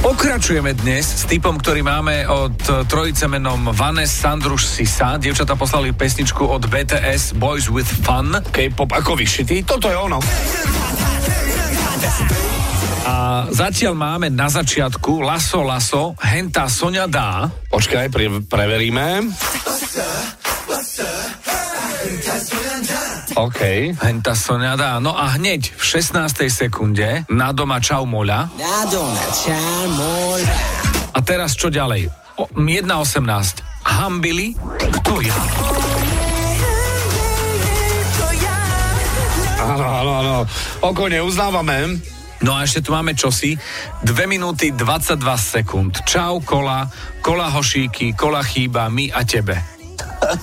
pokračujeme dnes s typom, ktorý máme od trojice menom Vanes Sandruš Sisa. Dievčata poslali pesničku od BTS Boys with Fun. K-pop ako vyšitý. Toto je ono. A zatiaľ máme na začiatku Laso Laso, Henta Sonia Dá. Počkaj, pre, preveríme. OK. Henta Sonia Dá. No a hneď v 16. sekunde na doma Čau Moľa. Nádona, čau, môj. A teraz čo ďalej? O, 1.18. Hambili, kto ja? Áno, áno, áno. Pokojne uznávame. No a ešte tu máme čosi. 2 minúty 22 sekúnd. Čau kola, kola hošíky, kola chýba, my a tebe.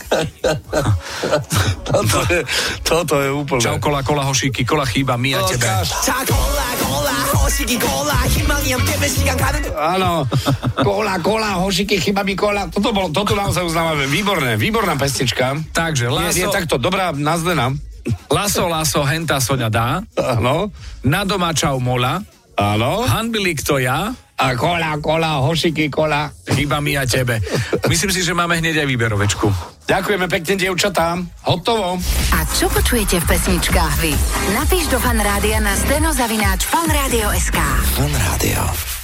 Toto je, toto je úplne. No, Čau kola, kola hošíky, kola chýba, my a tebe. Kokáš. 자 골라 골라 허식이 골라 희망이 없대면 시간 가는 거 Áno, kola, kola, hošiky, chyba mi kola. Toto, bolo, toto naozaj uznávame. Výborné, výborná pesnička. Takže Je, je laso, takto dobrá, nazdená. laso, laso, henta Sonia dá. Áno, Na doma čau mola. áno. Hanbili kto ja, A kola, kola, hošiky, kola. chýba mi a tebe. Myslím si, že máme hneď aj výberovečku. Ďakujeme pekne, dievčatá. Hotovo. A čo počujete v pesničkách vy? Napíš do fanrádia na steno zavináč fanradio.sk. 라디오